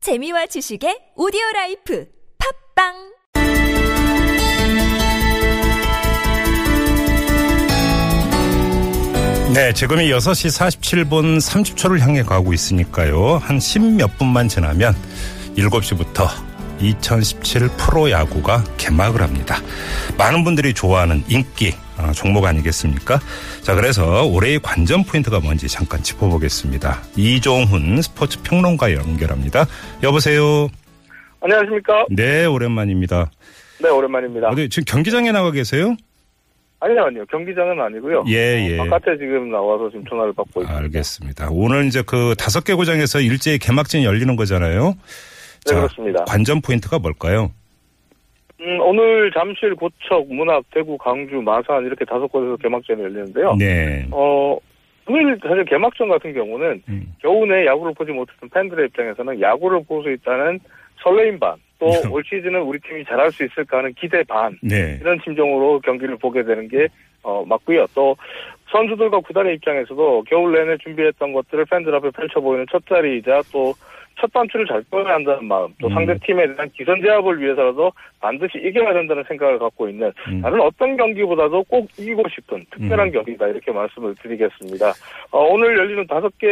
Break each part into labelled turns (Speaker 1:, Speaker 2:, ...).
Speaker 1: 재미와 지식의 오디오 라이프 팝빵
Speaker 2: 네, 지금이 6시 47분 30초를 향해 가고 있으니까요. 한 10몇 분만 지나면 7시부터 2017 프로야구가 개막을 합니다. 많은 분들이 좋아하는 인기 아, 종목 아니겠습니까? 자, 그래서 올해의 관전 포인트가 뭔지 잠깐 짚어보겠습니다. 이종훈 스포츠 평론가 연결합니다. 여보세요.
Speaker 3: 안녕하십니까?
Speaker 2: 네, 오랜만입니다.
Speaker 3: 네, 오랜만입니다.
Speaker 2: 어디 지금 경기장에 나가 계세요?
Speaker 3: 아니요, 아니요. 경기장은 아니고요.
Speaker 2: 예, 아, 예.
Speaker 3: 어, 바깥에 지금 나와서 지금 전화를 받고 있습니다.
Speaker 2: 알겠습니다. 오늘 이제 그 다섯 개 구장에서 일제히 개막전이 열리는 거잖아요.
Speaker 3: 네, 그렇습니다.
Speaker 2: 관전 포인트가 뭘까요?
Speaker 3: 음, 오늘 잠실, 고척, 문학, 대구, 강주, 마산 이렇게 다섯 곳에서 개막전이 열리는데요.
Speaker 2: 네.
Speaker 3: 어, 오늘 사실 개막전 같은 경우는
Speaker 2: 음.
Speaker 3: 겨우내 야구를 보지 못했던 팬들의 입장에서는 야구를 볼 수 있다는 설레임 반, 또
Speaker 2: 음.
Speaker 3: 올 시즌은 우리 팀이 잘할 수 있을까 하는 기대 반,
Speaker 2: 네.
Speaker 3: 이런 심정으로 경기를 보게 되는 게 어, 맞고요. 또 선수들과 구단의 입장에서도 겨울 내내 준비했던 것들을 팬들 앞에 펼쳐 보이는 첫 자리이자 또 첫 단추를 잘 꺼야 한다는 마음, 또
Speaker 2: 음.
Speaker 3: 상대 팀에 대한 기선 제압을 위해서라도 반드시 이겨야 된다는 생각을 갖고 있는
Speaker 2: 음.
Speaker 3: 다른 어떤 경기보다도 꼭 이기고 싶은 특별한
Speaker 2: 음.
Speaker 3: 경기다 이렇게 말씀을 드리겠습니다. 어, 오늘 열리는 다섯 개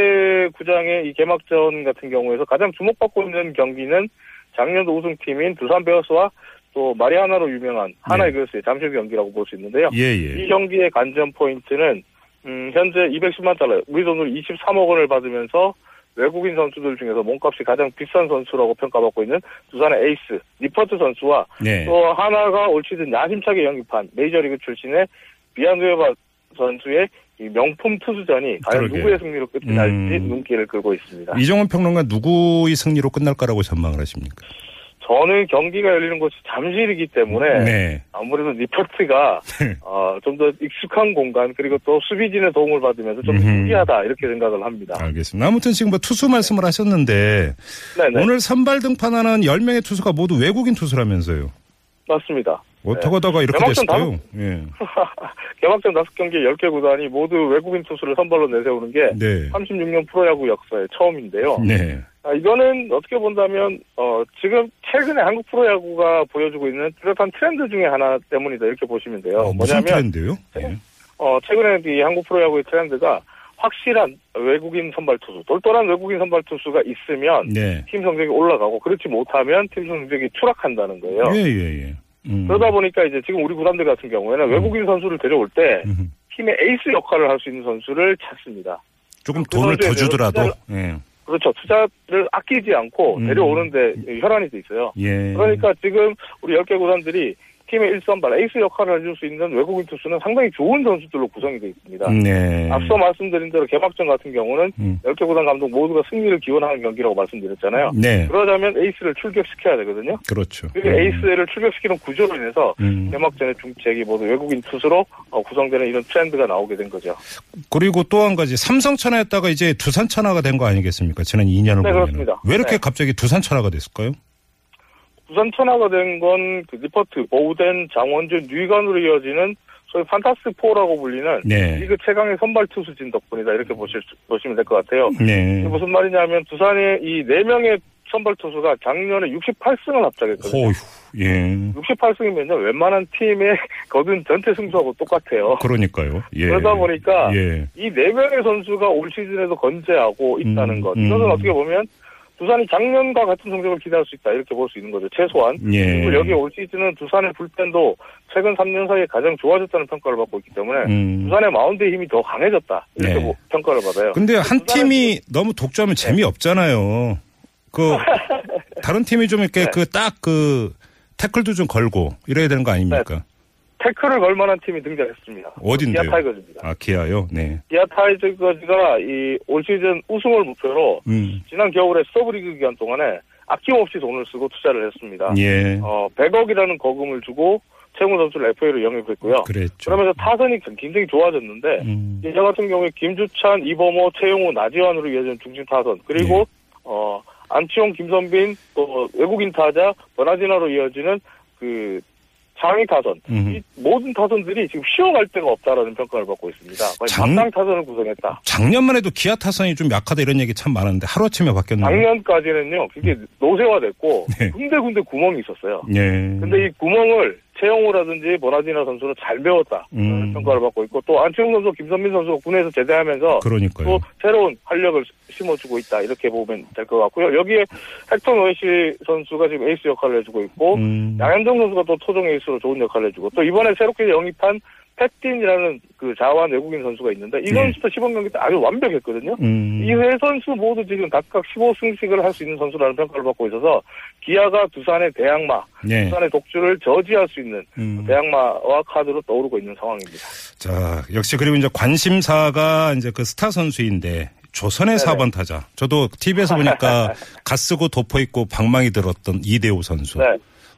Speaker 3: 구장의 이 개막전 같은 경우에서 가장 주목받고 있는 경기는 작년도 우승팀인 두산 베어스와 또 마리아나로 유명한 하나의 그리스의 잠실 경기라고 볼 수 있는데요.
Speaker 2: 예, 네. 예.
Speaker 3: 이 경기의 관전 포인트는 음, 현재 210만 달러, 우리 돈으로 23억 원을 받으면서 외국인 선수들 중에서 몸값이 가장 비싼 선수라고 평가받고 있는 두산의 에이스 리퍼트 선수와
Speaker 2: 네.
Speaker 3: 또 하나가 올 시즌 야심차게 영입한 메이저리그 출신의 미안누에바 선수의 이 명품 투수전이 과연
Speaker 2: 그러게요.
Speaker 3: 누구의 승리로 끝이 날지
Speaker 2: 음.
Speaker 3: 눈길을 끌고 있습니다.
Speaker 2: 이종훈 평론가 누구의 승리로 끝날까라고 전망을 하십니까?
Speaker 3: 저는 경기가 열리는 곳이 잠실이기 때문에
Speaker 2: 네.
Speaker 3: 아무래도 리퍼트가 어, 좀 더 익숙한 공간 그리고 또 수비진의 도움을 받으면서 좀
Speaker 2: 음흠.
Speaker 3: 신기하다 이렇게 생각을 합니다.
Speaker 2: 알겠습니다. 아무튼 지금 뭐 투수 말씀을 하셨는데
Speaker 3: 네네
Speaker 2: 오늘 선발 등판하는 10명의 투수가 모두 외국인 투수라면서요.
Speaker 3: 맞습니다.
Speaker 2: 어떻게 하다가 이렇게
Speaker 3: 개막전
Speaker 2: 됐을까요? 예.
Speaker 3: 개막전 5경기 10개 구단이 모두 외국인 투수를 선발로 내세우는 게
Speaker 2: 네.
Speaker 3: 36년 프로야구 역사의 처음인데요.
Speaker 2: 네.
Speaker 3: 아, 이거는 어떻게 본다면 어, 지금 최근에 한국 프로야구가 보여주고 있는 뚜렷한 트렌드 중에 하나 때문이다 이렇게 보시면 돼요.
Speaker 2: 어, 무슨
Speaker 3: 뭐냐면
Speaker 2: 트렌드요? 예.
Speaker 3: 어, 최근에 이 한국 프로야구의 트렌드가 확실한 외국인 선발 투수, 똘똘한 외국인 선발 투수가 있으면
Speaker 2: 네.
Speaker 3: 팀 성적이 올라가고 그렇지 못하면 팀 성적이 추락한다는 거예요.
Speaker 2: 예, 예, 예. 음.
Speaker 3: 네. 그러다 보니까 이제 지금 우리 구단들 같은 경우에는 외국인 선수를 데려올 때
Speaker 2: 음흠.
Speaker 3: 팀의 에이스 역할을 할 수 있는 선수를 찾습니다.
Speaker 2: 조금 돈을 더
Speaker 3: 선수에 대해서
Speaker 2: 주더라도. 예.
Speaker 3: 그렇죠. 투자를 아끼지 않고
Speaker 2: 음.
Speaker 3: 데려오는데 혈안이 돼 있어요.
Speaker 2: 예.
Speaker 3: 그러니까 지금 우리 10개 구단들이 팀의 일선발 에이스 역할을 해줄 수 있는 외국인 투수는 상당히 좋은 선수들로 구성이 되어 있습니다.
Speaker 2: 네.
Speaker 3: 앞서 말씀드린 대로 개막전 같은 경우는
Speaker 2: 음.
Speaker 3: 10개 구단 감독 모두가 승리를 기원하는 경기라고 말씀드렸잖아요.
Speaker 2: 네.
Speaker 3: 그러자면 에이스를 출격시켜야 되거든요.
Speaker 2: 그렇죠.
Speaker 3: 그리고
Speaker 2: 음.
Speaker 3: 에이스를 출격시키는 구조로 인해서
Speaker 2: 음.
Speaker 3: 개막전의 중책이 모두 외국인 투수로 어, 구성되는 이런 트렌드가 나오게 된 거죠.
Speaker 2: 그리고 또 한 가지 삼성 천하였다가 이제 두산 천하가 된 거 아니겠습니까? 지난 2년을
Speaker 3: 네,
Speaker 2: 보면
Speaker 3: 그렇습니다.
Speaker 2: 왜 이렇게
Speaker 3: 네.
Speaker 2: 갑자기 두산 천하가 됐을까요?
Speaker 3: 부산 천하가 된 건그 리퍼트, 보우덴, 장원준, 유이관으로 이어지는 소위 판타스4라고 불리는
Speaker 2: 네.
Speaker 3: 리그 최강의 선발 투수진 덕분이다
Speaker 2: 음.
Speaker 3: 이렇게 보실 수- 보시면 될 것 같아요.
Speaker 2: 네.
Speaker 3: 이게 무슨 말이냐면 두산의 이 4명의 선발 투수가 작년에 68승을 합작했거든요.
Speaker 2: 호유. 예.
Speaker 3: 68승이면요 웬만한 팀의 거둔 전체 승수하고 똑같아요.
Speaker 2: 그러니까요. 예.
Speaker 3: 그러다 보니까
Speaker 2: 예.
Speaker 3: 이 네 명의 선수가 올 시즌에도 건재하고 있다는
Speaker 2: 음,
Speaker 3: 것.
Speaker 2: 음.
Speaker 3: 이것은 어떻게 보면 두산이 작년과 같은 성적을 기대할 수 있다 이렇게 볼 수 있는 거죠. 최소한.
Speaker 2: 예.
Speaker 3: 그리고 여기 올 시즌은 두산의 불펜도 최근 3년 사이에 가장 좋아졌다는 평가를 받고 있기 때문에
Speaker 2: 음.
Speaker 3: 두산의 마운드의 힘이 더 강해졌다 이렇게
Speaker 2: 네.
Speaker 3: 뭐 평가를 받아요.
Speaker 2: 근데 한
Speaker 3: 두산은 네.
Speaker 2: 팀이 너무 독점하면 재미없잖아요. 그 다른 팀이 좀 이렇게
Speaker 3: 네.
Speaker 2: 그 딱 그 태클도 좀 걸고 이래야 되는 거 아닙니까?
Speaker 3: 태클을 걸 만한 팀이 등장했습니다.
Speaker 2: 어딘데요?
Speaker 3: 기아 타이거즈입니다.
Speaker 2: 아, 기아요. 네.
Speaker 3: 기아 타이거즈가 이 올 시즌 우승을 목표로
Speaker 2: 음.
Speaker 3: 지난 겨울에 서브리그 기간 동안에 아낌없이 돈을 쓰고 투자를 했습니다.
Speaker 2: 예.
Speaker 3: 어, 100억이라는 거금을 주고 최고 선수를 FA로 영입했고요.
Speaker 2: 그랬죠.
Speaker 3: 그러면서 타선이 굉장히 좋아졌는데
Speaker 2: 음.
Speaker 3: 이저 같은 경우에 김주찬, 이범호, 최용호, 나지환으로 이어진 중심 타선 그리고
Speaker 2: 네.
Speaker 3: 어, 안치홍, 김선빈 또 외국인 타자 버나지나로 이어지는 그 상위 타선
Speaker 2: 음.
Speaker 3: 이 모든 타선들이 지금 쉬어갈 데가 없다라는 평가를 받고 있습니다. 거의
Speaker 2: 장-
Speaker 3: 막상 타선을 구성했다.
Speaker 2: 작년만 해도 기아 타선이 좀 약하다 이런 얘기 참 많았는데 하루아침에 바뀌었나요?
Speaker 3: 작년까지는요 그게 노쇠화됐고
Speaker 2: 음. 네.
Speaker 3: 군데군데 구멍이 있었어요.
Speaker 2: 예.
Speaker 3: 근데 이 구멍을 최영호라든지 보나디나 선수는 잘 메웠다 라는
Speaker 2: 음.
Speaker 3: 평가를 받고 있고 또 안치홍 선수, 김선민 선수가 군에서 제대하면서
Speaker 2: 그러니까요.
Speaker 3: 또 새로운 활력을 심어주고 있다 이렇게 보면 될 것 같고요. 여기에 헥터 노에시 선수가 지금 에이스 역할을 해주고 있고
Speaker 2: 음.
Speaker 3: 양현종 선수가 또 토종 에이스로 좋은 역할을 해주고 또 이번에 새롭게 영입한 패틴이라는 그 자완 외국인 선수가 있는데 이
Speaker 2: 네.
Speaker 3: 선수도 시범 경기 때 아주 완벽했거든요.
Speaker 2: 음.
Speaker 3: 이 세 선수 모두 지금 각각 15승씩을 할 수 있는 선수라는 평가를 받고 있어서 기아가 두산의 대항마,
Speaker 2: 예.
Speaker 3: 두산의 독주를 저지할 수 있는
Speaker 2: 음.
Speaker 3: 대항마와 카드로 떠오르고 있는 상황입니다.
Speaker 2: 자, 역시 그리고 이제 관심사가 이제 그 스타 선수인데 조선의
Speaker 3: 네네.
Speaker 2: 4번 타자. 저도 TV에서 보니까 가쓰고 도포 있고 방망이 들었던 이대호 선수.
Speaker 3: 네.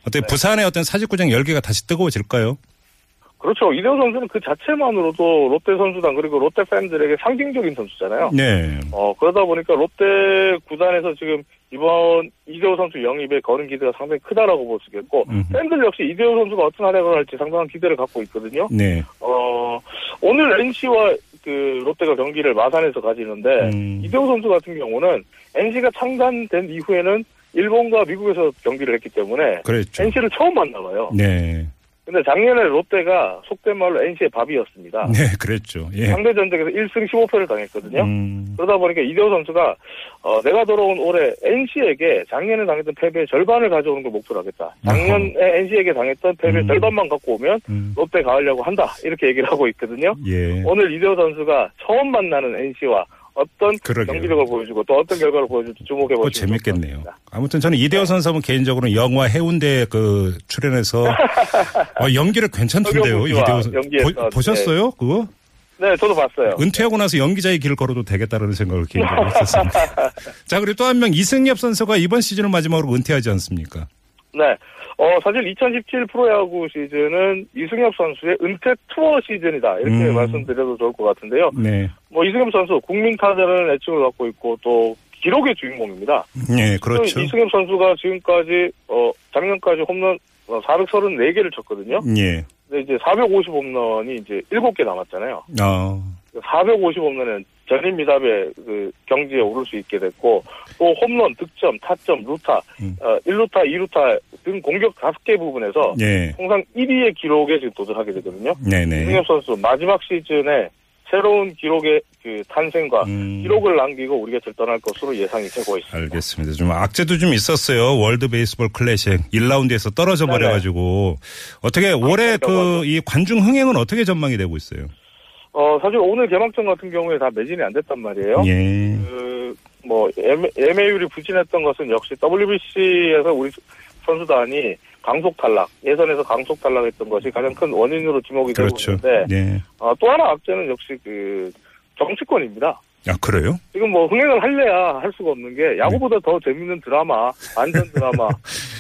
Speaker 2: 어때 부산의 어떤 사직구장 열기가 다시 뜨거워질까요?
Speaker 3: 그렇죠. 이대호 선수는 그 자체만으로도 롯데 선수단 그리고 롯데 팬들에게 상징적인 선수잖아요.
Speaker 2: 네.
Speaker 3: 어, 그러다 보니까 롯데 구단에서 지금 이번 이대호 선수 영입에 거는 기대가 상당히 크다라고 볼 수 있겠고,
Speaker 2: 음.
Speaker 3: 팬들 역시 이대호 선수가 어떤 활약을 할지 상당한 기대를 갖고 있거든요.
Speaker 2: 네.
Speaker 3: 어, 오늘 NC와 그 롯데가 경기를 마산에서 가지는데,
Speaker 2: 음.
Speaker 3: 네. 이대호 선수 같은 경우는 NC가 창단된 이후에는 일본과 미국에서 경기를 했기 때문에
Speaker 2: 그랬죠.
Speaker 3: NC를 처음 만나봐요.
Speaker 2: 네.
Speaker 3: 근데 작년에 롯데가 속된 말로 NC의 밥이었습니다.
Speaker 2: 네, 그랬죠. 예.
Speaker 3: 상대 전적에서 1승 15패를 당했거든요.
Speaker 2: 음.
Speaker 3: 그러다 보니까 이대호 선수가 어, 내가 돌아온 올해 NC에게 작년에 당했던 패배의 절반을 가져오는 걸 목표로 하겠다. 작년에 NC에게 당했던 패배의
Speaker 2: 음.
Speaker 3: 절반만 갖고 오면
Speaker 2: 음.
Speaker 3: 롯데 가려고 한다. 이렇게 얘기를 하고 있거든요.
Speaker 2: 예.
Speaker 3: 오늘 이대호 선수가 처음 만나는 NC와 어떤
Speaker 2: 그러게요.
Speaker 3: 경기력을 보여주고 또 어떤 결과를 보여줄지 주목해
Speaker 2: 그거
Speaker 3: 보시면
Speaker 2: 재밌겠네요. 아무튼 저는 이대호 선수는 개인적으로 영화 해운대 그 출연해서 어, 연기를 괜찮던데요.
Speaker 3: 서경훈 씨와
Speaker 2: 이대호 선수.
Speaker 3: 어, 연기했던,
Speaker 2: 보- 보셨어요? 그거?
Speaker 3: 네, 저도 봤어요.
Speaker 2: 은퇴하고 나서 연기자의 길을 걸어도 되겠다라는 생각을 개인적으로 했었습니다. 자, 그리고 또 한 명 이승엽 선수가 이번 시즌을 마지막으로 은퇴하지 않습니까?
Speaker 3: 네. 어, 사실 2017 프로야구 시즌은 이승엽 선수의 은퇴 투어 시즌이다. 이렇게
Speaker 2: 음.
Speaker 3: 말씀드려도 좋을 것 같은데요.
Speaker 2: 네.
Speaker 3: 뭐 이승엽 선수 국민 타자라는 애칭을 갖고 있고 또 기록의 주인공입니다.
Speaker 2: 네, 그렇죠.
Speaker 3: 이승엽 선수가 지금까지 어 작년까지 홈런 어, 434개를 쳤거든요.
Speaker 2: 예.
Speaker 3: 근데 이제 450 홈런이 이제 7개 남았잖아요.
Speaker 2: 어,
Speaker 3: 450 홈런은 전인 미답의 그 경지에 오를 수 있게 됐고 또 홈런, 득점, 타점, 루타,
Speaker 2: 음.
Speaker 3: 어, 1루타, 2루타 등 공격 5개 부분에서
Speaker 2: 예.
Speaker 3: 통상 1위의 기록에 지금 도전하게 되거든요.
Speaker 2: 네네.
Speaker 3: 이승엽 선수 마지막 시즌에 새로운 기록의 그 탄생과
Speaker 2: 음.
Speaker 3: 기록을 남기고 우리가 절단할 것으로 예상이 되고 있습니다.
Speaker 2: 알겠습니다. 좀 악재도 좀 있었어요. 월드 베이스볼 클래식 1라운드에서 떨어져
Speaker 3: 네네.
Speaker 2: 버려가지고 어떻게 올해 그
Speaker 3: 그러니까
Speaker 2: 이 관중 흥행은 어떻게 전망이 되고 있어요?
Speaker 3: 어, 사실 오늘 개막전 같은 경우에 다 매진이 안 됐단 말이에요.
Speaker 2: 예.
Speaker 3: 그, 뭐, 예매, 예매율이 부진했던 것은 역시 WBC에서 우리 선수단이 강속 탈락, 예선에서 강속 탈락했던 것이 가장 큰 원인으로 지목이
Speaker 2: 그렇죠.
Speaker 3: 되고 있는데,
Speaker 2: 예.
Speaker 3: 어, 또 하나 악재는 역시 그, 정치권입니다.
Speaker 2: 아 그래요?
Speaker 3: 지금 뭐 흥행을 할래야 할 수가 없는 게 야구보다 더 재밌는 드라마, 안전 드라마,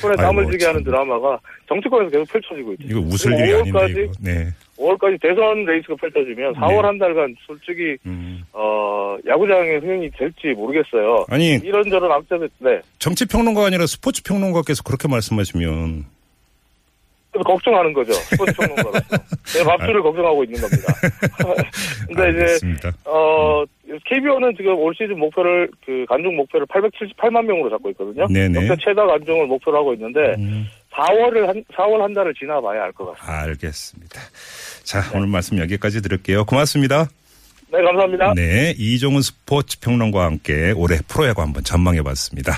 Speaker 3: 손에 땀을
Speaker 2: 아이고,
Speaker 3: 쥐게 하는
Speaker 2: 참.
Speaker 3: 드라마가 정치권에서 계속 펼쳐지고 있죠.
Speaker 2: 이거 웃을 일이 아닌데
Speaker 3: 그리고 오월까지
Speaker 2: 이거. 네.
Speaker 3: 5월까지 대선 레이스가 펼쳐지면 4월 한 달간 솔직히
Speaker 2: 음.
Speaker 3: 어 야구장의 흥행이 될지 모르겠어요.
Speaker 2: 아니
Speaker 3: 이런저런 악재들 네.
Speaker 2: 정치 평론가가 아니라 스포츠 평론가께서 그렇게 말씀하시면
Speaker 3: 그래서 걱정하는 거죠. 스포츠 평론가로서. 내 밥줄을 걱정하고 있는 겁니다. 근데 이제
Speaker 2: 알겠습니다. 음.
Speaker 3: 어 KBO는 지금 올 시즌 목표를 그 관중 목표를 878만 명으로 잡고 있거든요.
Speaker 2: 네네.
Speaker 3: 역대 최다 관중을 목표로 하고 있는데
Speaker 2: 음,
Speaker 3: 4월을 한 4월 한 달을 지나봐야 알 것 같습니다.
Speaker 2: 알겠습니다. 자 오늘 말씀 여기까지 드릴게요. 고맙습니다.
Speaker 3: 네 감사합니다.
Speaker 2: 네 이종훈 스포츠 평론가와 함께 올해 프로야구 한번 전망해봤습니다.